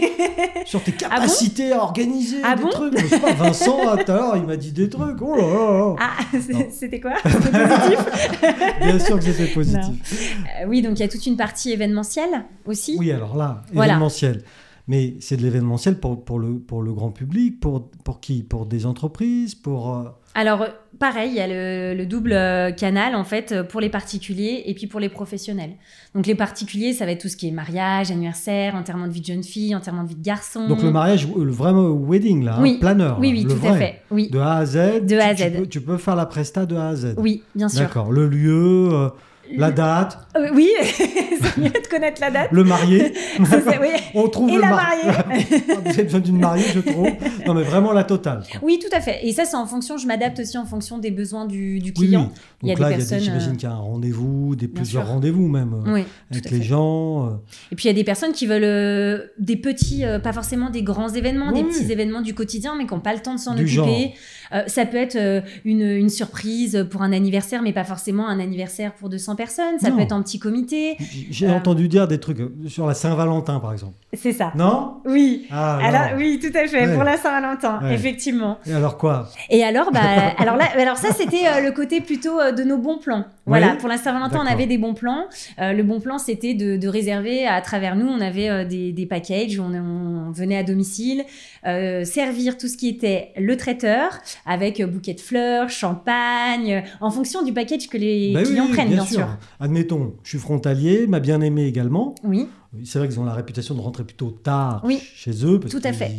sur tes
bon
capacités à organiser
Ah
des
bon
trucs. Je sais pas, Vincent, à tout à l'heure, il m'a dit des trucs. Oh là là là.
Ah, c'est-
Non.
c'était quoi C'était positif Ah.
Bien sûr que c'était positif.
Euh, Oui, donc il y a toute une partie événementielle aussi.
Oui, alors là,
Voilà.
événementiel. Mais c'est de l'événementiel pour, pour, le, pour le grand public, pour, pour qui Pour des entreprises, pour... euh,
Alors, euh, pareil, il y a le, le double euh, canal, en fait, euh, pour les particuliers et puis pour les professionnels. Donc, les particuliers, ça va être tout ce qui est mariage, anniversaire, enterrement de vie de jeune fille, enterrement de vie de garçon.
Donc le mariage, euh, le vraiment wedding, là,
Mm.
hein,
Oui.
planeur.
Oui, oui,
le
tout à
vrai.
fait. Oui,
De A à Z.
De A à
tu-
Z.
Tu peux, tu peux faire la presta de A à Z.
oui bien sûr.
D'accord. Le lieu, euh, la
Le-
date,
Euh, oui, c'est mieux de connaître la date.
le marié.
C'est ça, oui.
On trouve
Et
le
la
mari-
mariée.
Vous avez besoin d'une mariée, je trouve. Non, mais vraiment la totale. quoi.
Oui, tout à fait. Et ça, c'est en fonction, je m'adapte aussi en fonction des besoins du, du
Oui, oui.
client. Il y a
Donc
des
là, il y a
personnes,
des- j'imagine
euh,
qu'il y a un rendez-vous, des
bien
plusieurs
sûr.
rendez-vous même euh,
Oui,
avec
tout à
les
fait.
gens. euh.
Et puis il y a des personnes qui veulent euh, des petits, euh, pas forcément des grands événements, des
Oui.
petits événements du quotidien, mais qui n'ont pas le temps de s'en
Du genre.
occuper. Euh, ça peut être euh, une, une surprise pour un anniversaire, mais pas forcément un anniversaire pour 200 personnes. Ça
Non.
peut être en petit comité.
J- J'ai
Euh.
entendu dire des trucs euh, sur la Saint-Valentin, par exemple.
C'est ça.
Non
Oui.
Ah, alors.
oui, tout à fait,
Ouais. pour
la Saint-Valentin,
Ouais.
effectivement.
Et alors quoi
Et alors, bah, alors, là, alors ça, c'était euh, le côté plutôt euh, de nos bons plans. Voilà, pour la Saint-Valentin, on
D'accord.
avait des bons plans. Euh, le bon plan, c'était de, de réserver à travers nous. On avait euh, des, des packages, où on, on venait à domicile, euh, servir tout ce qui était le traiteur, avec euh, bouquet de fleurs, champagne, euh, en fonction du package que les
Bah oui,
clients
oui,
prennent, bien, sûr.
Admettons, je suis frontalier, ma bien-aimée également.
Oui,
C'est vrai qu'ils ont la réputation de rentrer plutôt tard
Oui,
chez eux. Parce
tout à
qu'ils-
fait.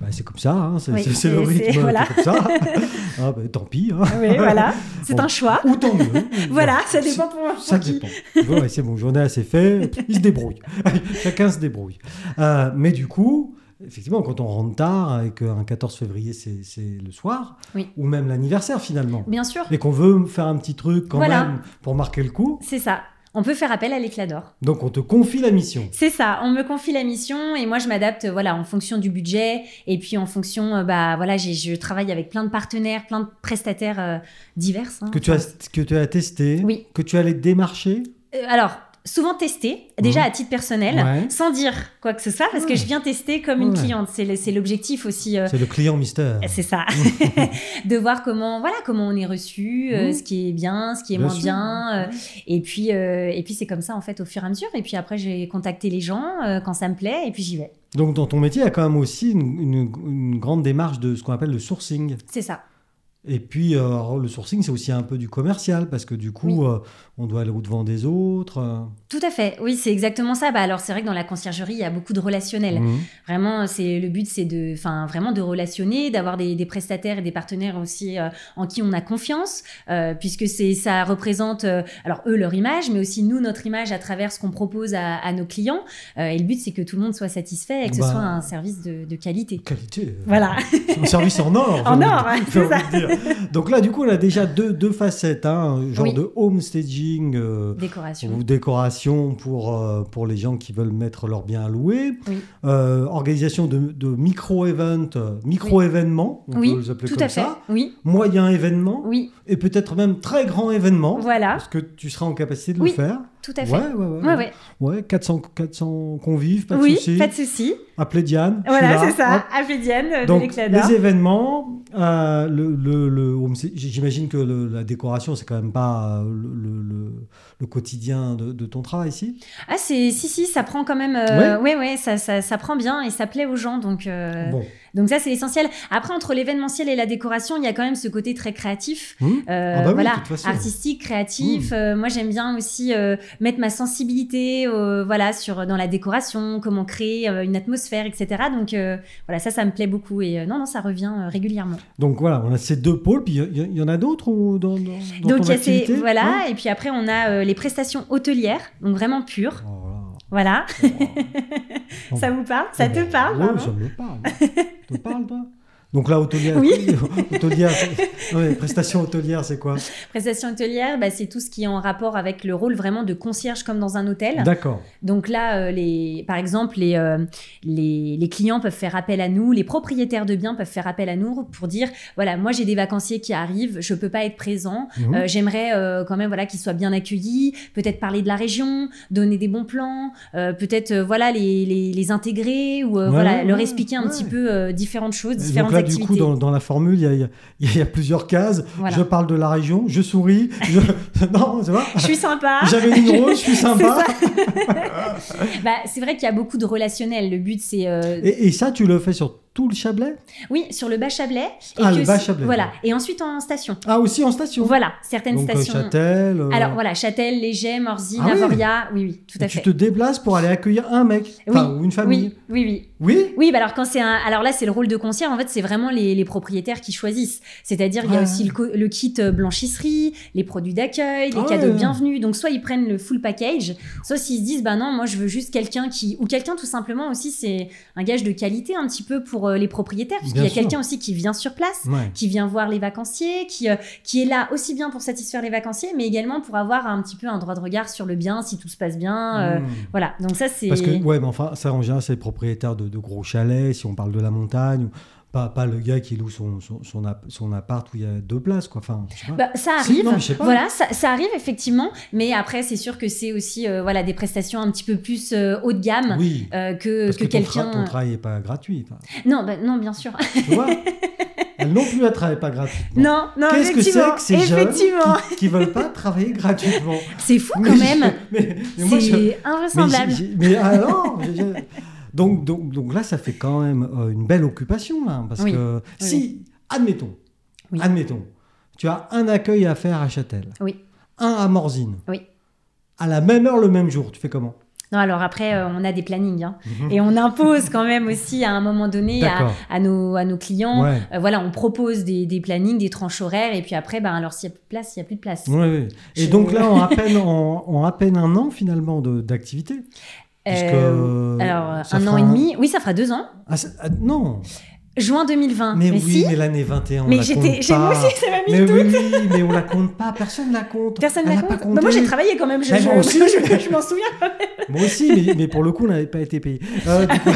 Bah, c'est comme ça, hein, c'est
Oui,
c'est- c'est
c'est-
le
c'est-
rythme, c'est
voilà.
comme ça. Ah, bah, tant pis. hein.
Oui, voilà. C'est
Bon.
un choix.
Ou tant mieux.
Voilà, ça dépend pour, pour
Ça
qui.
dépend. Bon, ouais, c'est bon, j'en ai assez fait. Il se débrouille. Chacun se débrouille. Euh, mais du coup, effectivement, quand on rentre tard et qu'un 14 février, c'est c'est le soir,
Oui.
ou même l'anniversaire finalement,
Bien sûr,
et qu'on veut faire un petit truc quand
Voilà.
même pour marquer le coup,
c'est ça. On peut faire appel à l'éclat d'or.
donc on te confie la mission.
C'est ça, on me confie la mission et moi je m'adapte voilà en fonction du budget et puis en fonction euh, bah voilà, j'ai- je travaille avec plein de partenaires, plein de prestataires euh, divers hein.
Que tu as, que tu as testé,
Oui.
que tu allais démarcher.
Euh, alors, souvent testé, déjà
Mhm.
à titre personnel,
Ouais.
sans dire quoi que ce soit parce
Ouais.
que je viens tester comme une
Ouais.
cliente, c'est le- c'est l'objectif aussi euh,
C'est le client mystère.
C'est ça, de voir comment voilà comment on est reçu, euh,
Mhm.
ce qui est bien, ce qui est
Bien
moins
sûr.
bien, euh, et puis euh, et puis c'est comme ça en fait au fur et à mesure. Et puis après j'ai contacté les gens euh, quand ça me plaît et puis j'y vais.
Donc dans ton métier, il y a quand même aussi une, une- une grande démarche de ce qu'on appelle le sourcing.
C'est ça.
Et puis euh, le sourcing, c'est aussi un peu du commercial parce que du coup, euh, on doit aller au-devant des autres. euh.
Tout à fait. Oui, c'est exactement ça. Bah alors c'est vrai que dans la conciergerie il y a beaucoup de relationnel.
Mhm.
Vraiment, c'est le but, c'est de, enfin vraiment de relationner, d'avoir des, des prestataires et des partenaires aussi euh, en qui on a confiance, euh, puisque c'est ça représente euh, alors eux leur image, mais aussi nous notre image à travers ce qu'on propose à, à nos clients. Euh, et le but, c'est que tout le monde soit satisfait et que
Bah.
ce soit un service de, de qualité.
Qualité. euh,
Voilà.
c'est Un service en or. j'ai
En
envie
or,
de-
hein,
j'ai
c'est
envie de dire. Donc là, du coup, on a déjà deux, deux facettes, hein, genre
Oui.
de home staging. euh,
Décoration.
ou décoration pour, euh, pour les gens qui veulent mettre leurs biens à louer.
Oui.
Euh, organisation de, de micro-event, euh, micro-événements, on
Oui,
peut les appeler
Tout
comme
à fait.
ça.
Oui,
Moyen événement
oui,
et peut-être même très grand événement.
voilà,
Parce que tu seras en capacité de
Oui,
le faire.
tout à fait.
Ouais, ouais, ouais.
Ouais, ouais.
Ouais, 400, 400 convives, pas de
oui,
souci.
pas de souci.
Appelez Diane. je suis
Voilà,
là.
c'est ça.
Hop.
Appelez Diane euh, de
Donc,
l'éclat d'or.
les événements, euh, le, le- le home sta- j'imagine que le- la décoration, c'est quand même pas euh, le, le- le- le quotidien de, de ton travail ici.
Ah, c'est si, si, ça prend quand même. euh, ouais, ouais, ça, ça, ça prend bien et ça plaît aux gens. Donc, euh,
Bon.
donc ça, c'est essentiel. Après, entre l'événementiel et la décoration, il y a quand même ce côté très créatif.
Hmm
euh,
Ah bah oui,
voilà,
de toute façon. Mmh.
artistique, créatif. Euh, moi, j'aime bien aussi euh, mettre ma sensibilité, euh, voilà, sur dans la décoration, comment créer euh, une atmosphère, etc. Donc, euh, voilà, ça, ça me plaît beaucoup et euh, non, non, ça revient euh, régulièrement.
Donc voilà, on a ces deux pôles, puis il y, il y en a d'autres ou dans, dans, dans
donc,
ton
il y a ces,
activité Hein
voilà, et puis après, on a euh, les prestations hôtelières, donc vraiment pures.
Non Oh
Voilà,
là là. Bon.
ça vous parle, ça te
Ouais,
parle,
ouais,
pardon
Oh, ça me parle. Ça te parle, toi Donc là, hôtelière.
Oui.
hôtelière c'est- non, mais prestation hôtelière, c'est quoi
Prestation hôtelière, bah, c'est tout ce qui est en rapport avec le rôle vraiment de concierge comme dans un hôtel.
D'accord.
Donc là, euh, les, par exemple, les, euh, les, les clients peuvent faire appel à nous, les propriétaires de biens peuvent faire appel à nous pour dire, voilà, moi j'ai des vacanciers qui arrivent, je peux pas être présent,
Mhm.
euh, j'aimerais euh, quand même voilà qu'ils soient bien accueillis, peut-être parler de la région, donner des bons plans, euh, peut-être euh, voilà les, les, les intégrer ou euh,
Ouais,
voilà
ouais,
leur
ouais,
expliquer un
ouais.
petit peu euh, différentes choses,
Et
différentes
donc là, du
activités.
coup, dans, dans la formule, il y a- il y a, il y a plusieurs cases.
Voilà.
Je parle de la région, je souris. Je... non, ça va
Je suis sympa.
J'avais une rose, je suis sympa.
Bah, c'est vrai qu'il y a beaucoup de relationnel. Le but, c'est euh,
Et, et ça, tu le fais sur tout le Chablais
oui sur le bas Chablais.
Ah, le
que
bas
si-
Chablais.
Voilà. Et ensuite en station.
Ah, aussi en station
Voilà, certaines
Donc, euh,
stations.
Châtel. euh,
Alors voilà, Châtel, Léger, Morzine,
Ah oui.
Avoria. Oui, oui, tout
et
à
tu
fait.
te déplaces pour aller accueillir un mec enfin, ou une famille.
Oui, oui, oui.
Oui,
Oui, bah alors quand c'est un... alors là c'est le rôle de concierge. En fait, c'est vraiment les, les propriétaires qui choisissent. C'est-à-dire il y a
Ouais.
aussi le, co- le kit euh, blanchisserie, les produits d'accueil, les
Ah
cadeaux
ouais.
de bienvenue. Donc soit ils prennent le full package, soit s'ils se disent bah non, moi je veux juste quelqu'un qui ou quelqu'un tout simplement aussi c'est un gage de qualité un petit peu pour euh, les propriétaires parce
Bien
qu'il y a
sûr.
quelqu'un aussi qui vient sur place
Ouais.
qui vient voir les vacanciers, qui, euh, qui est là aussi bien pour satisfaire les vacanciers, mais également pour avoir un petit peu un droit de regard sur le bien, si tout se passe bien. euh,
Mm.
Voilà, donc ça c'est...
Parce que, ouais, mais enfin, ça en général, c'est les propriétaires de, de gros chalets, si on parle de la montagne, ou pas, pas le gars qui loue son, son, son, app- son appart où il y a deux places, quoi. Enfin, je sais pas.
Bah, ça
Si,
arrive,
non, mais je sais pas.
voilà, ça, ça arrive effectivement, mais après c'est sûr que c'est aussi euh, voilà des prestations un petit peu plus euh, haut de gamme
oui.
euh, que,
Parce
que,
que, ton, tra- ton
quelqu'un. euh,
travail n'est pas gratuit. enfin,
Non, bah, non, bien sûr.
tu vois Elles non plus, elles ne travaillent pas gratuitement.
Non, non,
Qu'est-ce que c'est
effectivement.
que ces jeunes
effectivement.
qui ne veulent pas travailler gratuitement
C'est fou
Mais
quand
je-
même.
mais- mais moi, je-
C'est
Mais,
invraisemblable.
j'ai- j'ai- mais alors j'ai- j'ai- donc, donc, donc là, ça fait quand même euh, une belle occupation. là, hein, parce
Oui.
que si, admettons,
Oui.
admettons, tu as un accueil à faire à Châtel,
Oui.
un à Morzine,
Oui.
à la même heure, le même jour, tu fais comment
Non, alors après, euh, on a des plannings hein. et on impose quand même aussi à un moment donné à,
D'accord.
à nos, à nos clients.
Ouais.
Euh, voilà, on propose des, des plannings, des tranches horaires et puis après, ben, alors s'il y a plus de place, il n'y a plus de place.
Ouais, ouais. Et
Je-
donc là, en à peine, en, en à peine un an finalement de- d'activité. puisque,
Euh,
euh,
alors,
ça
un
fera
an et demi, oui, ça fera deux ans.
Ah, ça- ah, non,
Juin 2020.
mais, oui,
Ah, si.
mais l'année 21, on
Mais
la
j'étais,
compte
j'ai- moi
pas.
aussi, ça m'a mis
mais
le doute.
oui, oui, mais on la compte pas, personne la compte.
Personne
Elle
n'a
l'a
compté.
pas compté.
Bah, moi, j'ai travaillé quand même. Je,
Mais
je-
moi aussi.
je- je m'en souviens.
Moi aussi, mais, mais pour le coup, on n'avait pas été payé. Euh, du coup-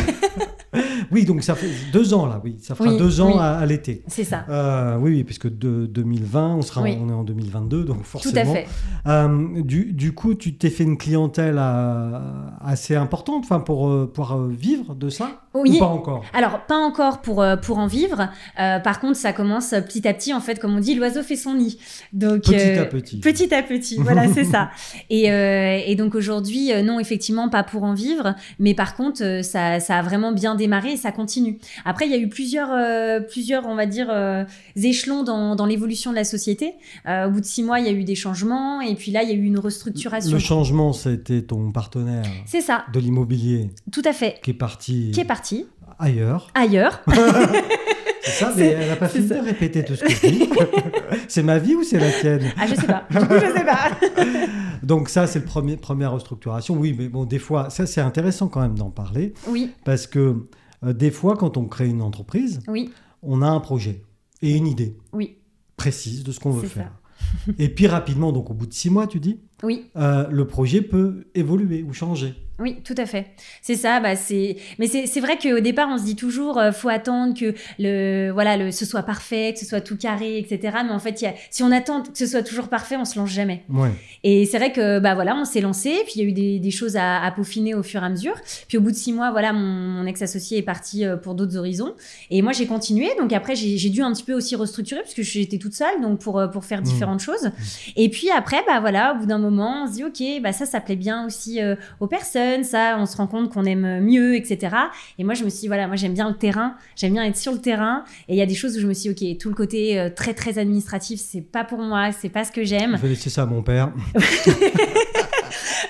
oui, donc ça fait deux ans là, oui, ça fera
Oui,
deux ans
oui.
à, à l'été.
C'est ça.
Euh, oui, oui, puisque de, 2020, on sera,
Oui.
on est en 2022, donc
Tout
forcément.
à fait.
Euh, du, du coup, tu t'es fait une clientèle euh, assez importante, enfin pour euh, pouvoir euh, vivre de ça
Oui.
ou pas encore.
Alors, pas encore pour, euh, pour en vivre. Euh, par contre, ça commence euh, petit à petit. En fait, comme on dit, l'oiseau fait son nid. Donc,
Petit
euh,
à petit.
Petit à petit, voilà, c'est ça. Et, euh, et donc aujourd'hui, euh, non, effectivement, pas pour en vivre, mais par contre, euh, ça, ça a vraiment bien démarré et ça continue. Après, il y a eu plusieurs, euh, plusieurs on va dire, euh, échelons dans, dans l'évolution de la société. Euh, au bout de six mois, il y a eu des changements, et puis là, il y a eu une restructuration.
Le changement, c'était ton partenaire
C'est ça,
de l'immobilier
tout à fait.
qui est parti
Qui est parti
ailleurs.
ailleurs.
C'est ça, mais
C'est-
elle n'a pas
c'est
fini de
ça.
répéter tout ce que je dis. c'est ma vie ou c'est la tienne
Ah, je sais pas. Du coup, je sais pas.
Donc ça, c'est le premier première restructuration. Oui, mais bon, des fois, ça c'est intéressant quand même d'en parler
Oui,
parce que euh, des fois, quand on crée une entreprise,
oui,
on a un projet et une idée
oui,
précise de ce qu'on veut
C'est ça.
faire. et puis rapidement, donc au bout de six mois, tu dis,
oui.
euh, le projet peut évoluer ou changer.
Oui, tout à fait. C'est ça. Bah, c'est. Mais c'est c'est vrai qu'au départ, on se dit toujours, euh, faut attendre que le voilà, le ce soit parfait, que ce soit tout carré, etc. Mais en fait, il y a- si on attend que ce soit toujours parfait, on se lance jamais.
Ouais.
Et c'est vrai que bah voilà, on s'est lancé. Puis il y a eu des, des choses à, à peaufiner au fur et à mesure. Puis au bout de six mois, voilà, mon, mon ex-associé est parti euh, pour d'autres horizons. Et moi, j'ai continué. Donc après, j'ai j'ai dû un petit peu aussi restructurer parce que j'étais toute seule, donc pour euh, pour faire
Mmh.
différentes choses. Et puis après, bah voilà, au bout d'un moment, on se dit ok, bah ça, ça plaît bien aussi euh, aux personnes. Ça, on se rend compte qu'on aime mieux, etc. Et moi, je me suis dit, voilà, moi j'aime bien le terrain, j'aime bien être sur le terrain. Et il y a des choses où je me suis dit, ok, tout le côté euh, très très administratif, c'est pas pour moi, c'est pas ce que j'aime.
Je vais laisser ça à mon père.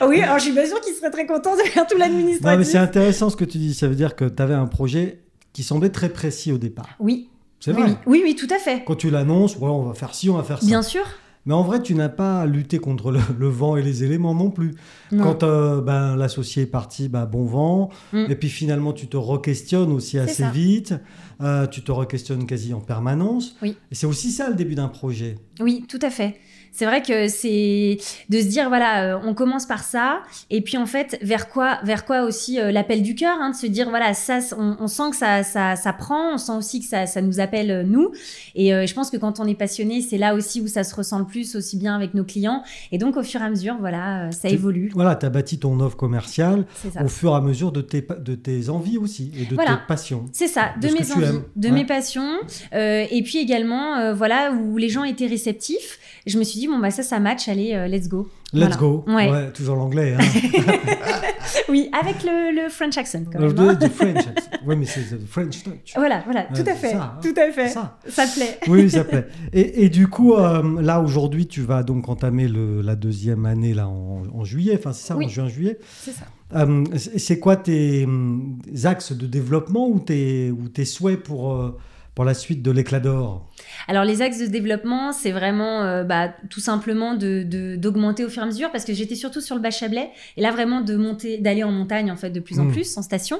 Ah Oui, alors je suis pas sûre qu'il serait très content de faire tout
Non, mais
l'administratif.
c'est intéressant ce que tu dis. Ça veut dire que tu avais un projet qui semblait très précis au départ.
Oui,
C'est
oui,
vrai.
oui, oui, oui, tout à fait.
Quand tu l'annonces, ouais, on va faire ci, on va faire ça.
Bien sûr.
Mais en vrai, tu n'as pas lutté contre le, le vent et les éléments non plus.
Non.
Quand euh, ben, l'associé est parti, ben, bon vent.
Mm.
Et puis finalement, tu te re-questionnes aussi assez
ça.
vite. Euh, tu te re-questionnes quasi en permanence.
Oui.
Et c'est aussi ça le début d'un projet.
Oui, tout à fait. C'est vrai que c'est de se dire voilà, euh, on commence par ça, et puis en fait, vers quoi, vers quoi aussi euh, l'appel du cœur, hein, de se dire voilà, ça, c- on, on sent que ça, ça, ça prend, on sent aussi que ça, ça nous appelle euh, nous, et euh, je pense que quand on est passionné, c'est là aussi où ça se ressent le plus, aussi bien avec nos clients, et donc au fur et à mesure, voilà, euh, ça
Tu-
évolue,
Voilà, tu as bâti ton offre commerciale
c'est ça.
au fur et à mesure de tes, pa- de tes envies aussi et de
Voilà.
tes passions.
C'est ça,
de
de,
ce que
mes
tu
envies,
aimes.
de
Ouais.
mes passions, euh, et puis également, euh, voilà, où les gens étaient réceptifs. Je me suis dit, bon, bah ça, ça match, allez, euh, let's go.
Let's
Voilà.
go.
Ouais.
toujours l'anglais. Hein.
Oui, avec le, le French accent quand même.
Le-
hein.
the French. Oui, mais c'est the French touch.
Voilà, voilà,
Ouais,
tout à
c'est
fait,
ça, hein.
tout à fait. Ça.
Ça.
plaît.
Oui, ça plaît. Et, et du coup, euh, là aujourd'hui, tu vas donc entamer le- la deuxième année là en, en juillet. Enfin, c'est ça,
Oui.
en juin-juillet.
C'est ça.
Euh, c'est c'est quoi tes hum, axes de développement ou tes, ou tes souhaits pour, euh, pour la suite de l'éclat d'or
Alors les axes de développement, c'est vraiment euh, bah, tout simplement de de- d'augmenter au fur et à mesure parce que j'étais surtout sur le Bachablais et là vraiment de monter, d'aller en montagne en fait de plus en
Mm.
plus en station.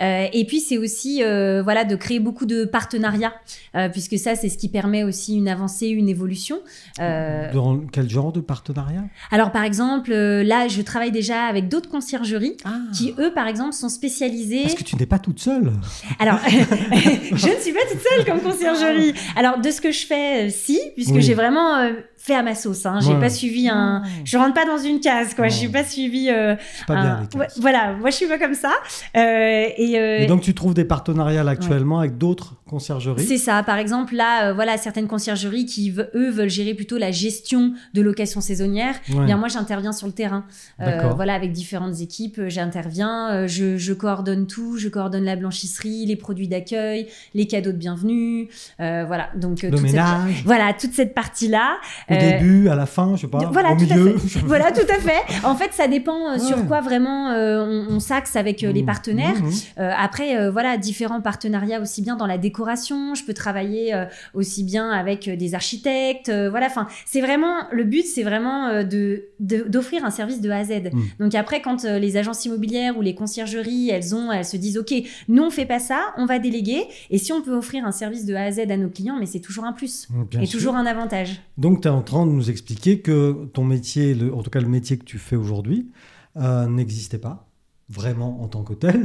Euh, et puis c'est aussi euh, voilà de créer beaucoup de partenariats euh, puisque ça c'est ce qui permet aussi une avancée, une évolution. Euh,
Dans quel genre de partenariat
alors par exemple euh, là je travaille déjà avec d'autres conciergeries
ah,
qui eux par exemple sont spécialisés.
Parce que tu n'es pas toute seule.
Alors, je ne suis pas toute seule comme conciergerie. Alors, de ce que je fais, euh, si, puisque
Oui.
j'ai vraiment euh, fait à ma sauce. Hein. J'ai
Ouais.
pas suivi un. Je rentre pas dans une case, quoi.
Non.
Je suis pas suivi. euh,
C'est pas
un-
bien les cas.
Ouais, voilà, moi je suis pas comme ça. Euh, et, euh,
Et donc tu trouves des partenariats là, actuellement avec d'autres conciergerie.
C'est ça. Par exemple, là, euh, voilà, certaines conciergeries qui, ve- eux, veulent gérer plutôt la gestion de locations saisonnières.
Ouais.
Bien, moi, j'interviens sur le terrain. Euh,
D'accord.
voilà, avec différentes équipes, euh, j'interviens, euh, je, je coordonne tout, je coordonne la blanchisserie, les produits d'accueil, les cadeaux de bienvenue. euh, voilà. Donc, euh,
Le
toute cette-
ménage,
voilà, toute cette partie-là.
au
euh,
début, à la fin, je sais pas,
voilà,
au
tout à
milieu.
fait. Voilà, tout à fait. En fait, ça dépend euh,
Ouais.
sur quoi vraiment euh, on, on s'axe avec euh, les partenaires.
Mmh, mmh.
Euh, après, euh, voilà, différents partenariats aussi bien dans la décoration. Je peux travailler euh, aussi bien avec euh, des architectes. euh, voilà, enfin, c'est vraiment le but, c'est vraiment euh, de de- d'offrir un service de A à Z.
Mm.
Donc après, quand euh, les agences immobilières ou les conciergeries, elles ont, elles se disent, ok, nous on fait pas ça, on va déléguer. Et si on peut offrir un service de A à Z à nos clients, mais c'est toujours un plus
Mmh, bien
et
sûr.
toujours un avantage.
Donc, tu es en train de nous expliquer que ton métier, le- en tout cas le métier que tu fais aujourd'hui, euh, n'existait pas vraiment en tant que tel.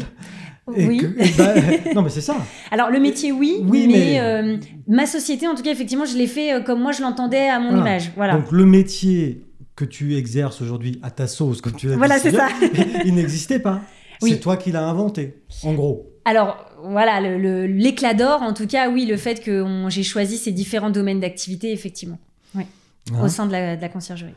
Et
oui.
que- et bah, non, mais c'est ça.
Alors le métier, oui,
Oui,
mais,
mais-
euh, ma société, en tout cas, effectivement, je l'ai fait euh, comme moi je l'entendais à mon
Voilà.
image. Voilà.
Donc, le métier que tu exerces aujourd'hui à ta sauce, comme tu l'as
voilà,
dit,
c'est
si
ça.
bien, il n'existait pas.
Oui.
C'est toi qui l'as inventé, en gros.
Alors voilà, le- le- l'éclat d'or, en tout cas, oui, le fait que on- j'ai choisi ces différents domaines d'activité, effectivement,
Hein.
au sein de la, de la conciergerie.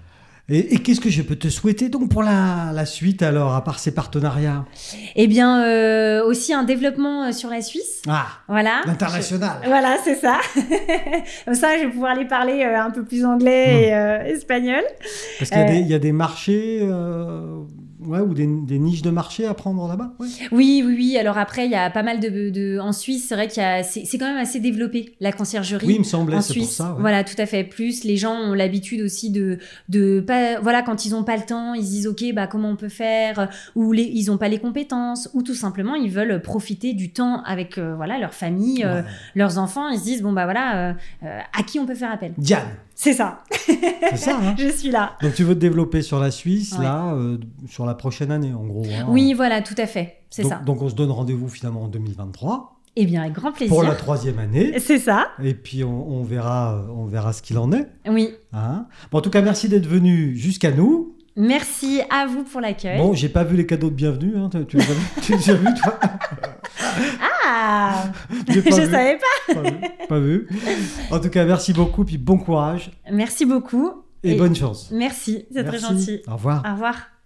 Et, et qu'est-ce que je peux te souhaiter donc pour la, la suite alors, à part ces partenariats
Eh bien, euh, aussi un développement euh, sur la Suisse,
Ah,
voilà.
l'international
Je- Voilà, c'est ça. Comme ça, je vais pouvoir les parler euh, un peu plus anglais
Mmh.
et euh, espagnol.
Parce qu'il y a,
Euh.
des, il y a des marchés euh, ouais, ou des, des niches de marché à prendre là-bas ouais.
Oui, oui, oui. Alors après, il y a pas mal de... de- en Suisse, c'est vrai qu'il y a... C'est c'est quand même assez développé, la conciergerie.
Oui, il me semblait,
en
c'est pour
Suisse.
ça. ouais.
Voilà, tout à fait. Plus les gens ont l'habitude aussi de de pas voilà quand ils ont pas le temps, ils se disent ok bah comment on peut faire ou les, ils ont pas les compétences ou tout simplement ils veulent profiter du temps avec euh, voilà leur famille, euh,
Ouais.
leurs enfants. Ils se disent bon bah voilà euh, euh, à qui on peut faire appel.
Diane,
C'est ça.
c'est ça. hein
Je suis là.
Donc tu veux te développer sur la Suisse,
Ouais.
là, euh, sur la prochaine année, en gros. hein.
Oui voilà tout à fait. C'est
donc,
ça.
donc on se donne rendez-vous finalement en 2023
Eh bien avec grand plaisir.
pour la troisième année.
C'est ça.
Et puis on, on verra, euh, on verra ce qu'il en est.
Oui.
hein. Bon, en tout cas, merci d'être venu jusqu'à nous.
Merci à vous pour l'accueil.
Bon, j'ai pas vu les cadeaux de bienvenue. hein, Tu, tu les as vus Tu les as vus, toi
Ah,
J'ai
je
pas vu,
savais pas.
pas vu, pas vu. En tout cas, merci beaucoup. Puis bon courage
Merci beaucoup.
et,
Et-
bonne chance.
Merci. C'est très
Merci.
gentil.
Au revoir.
Au revoir.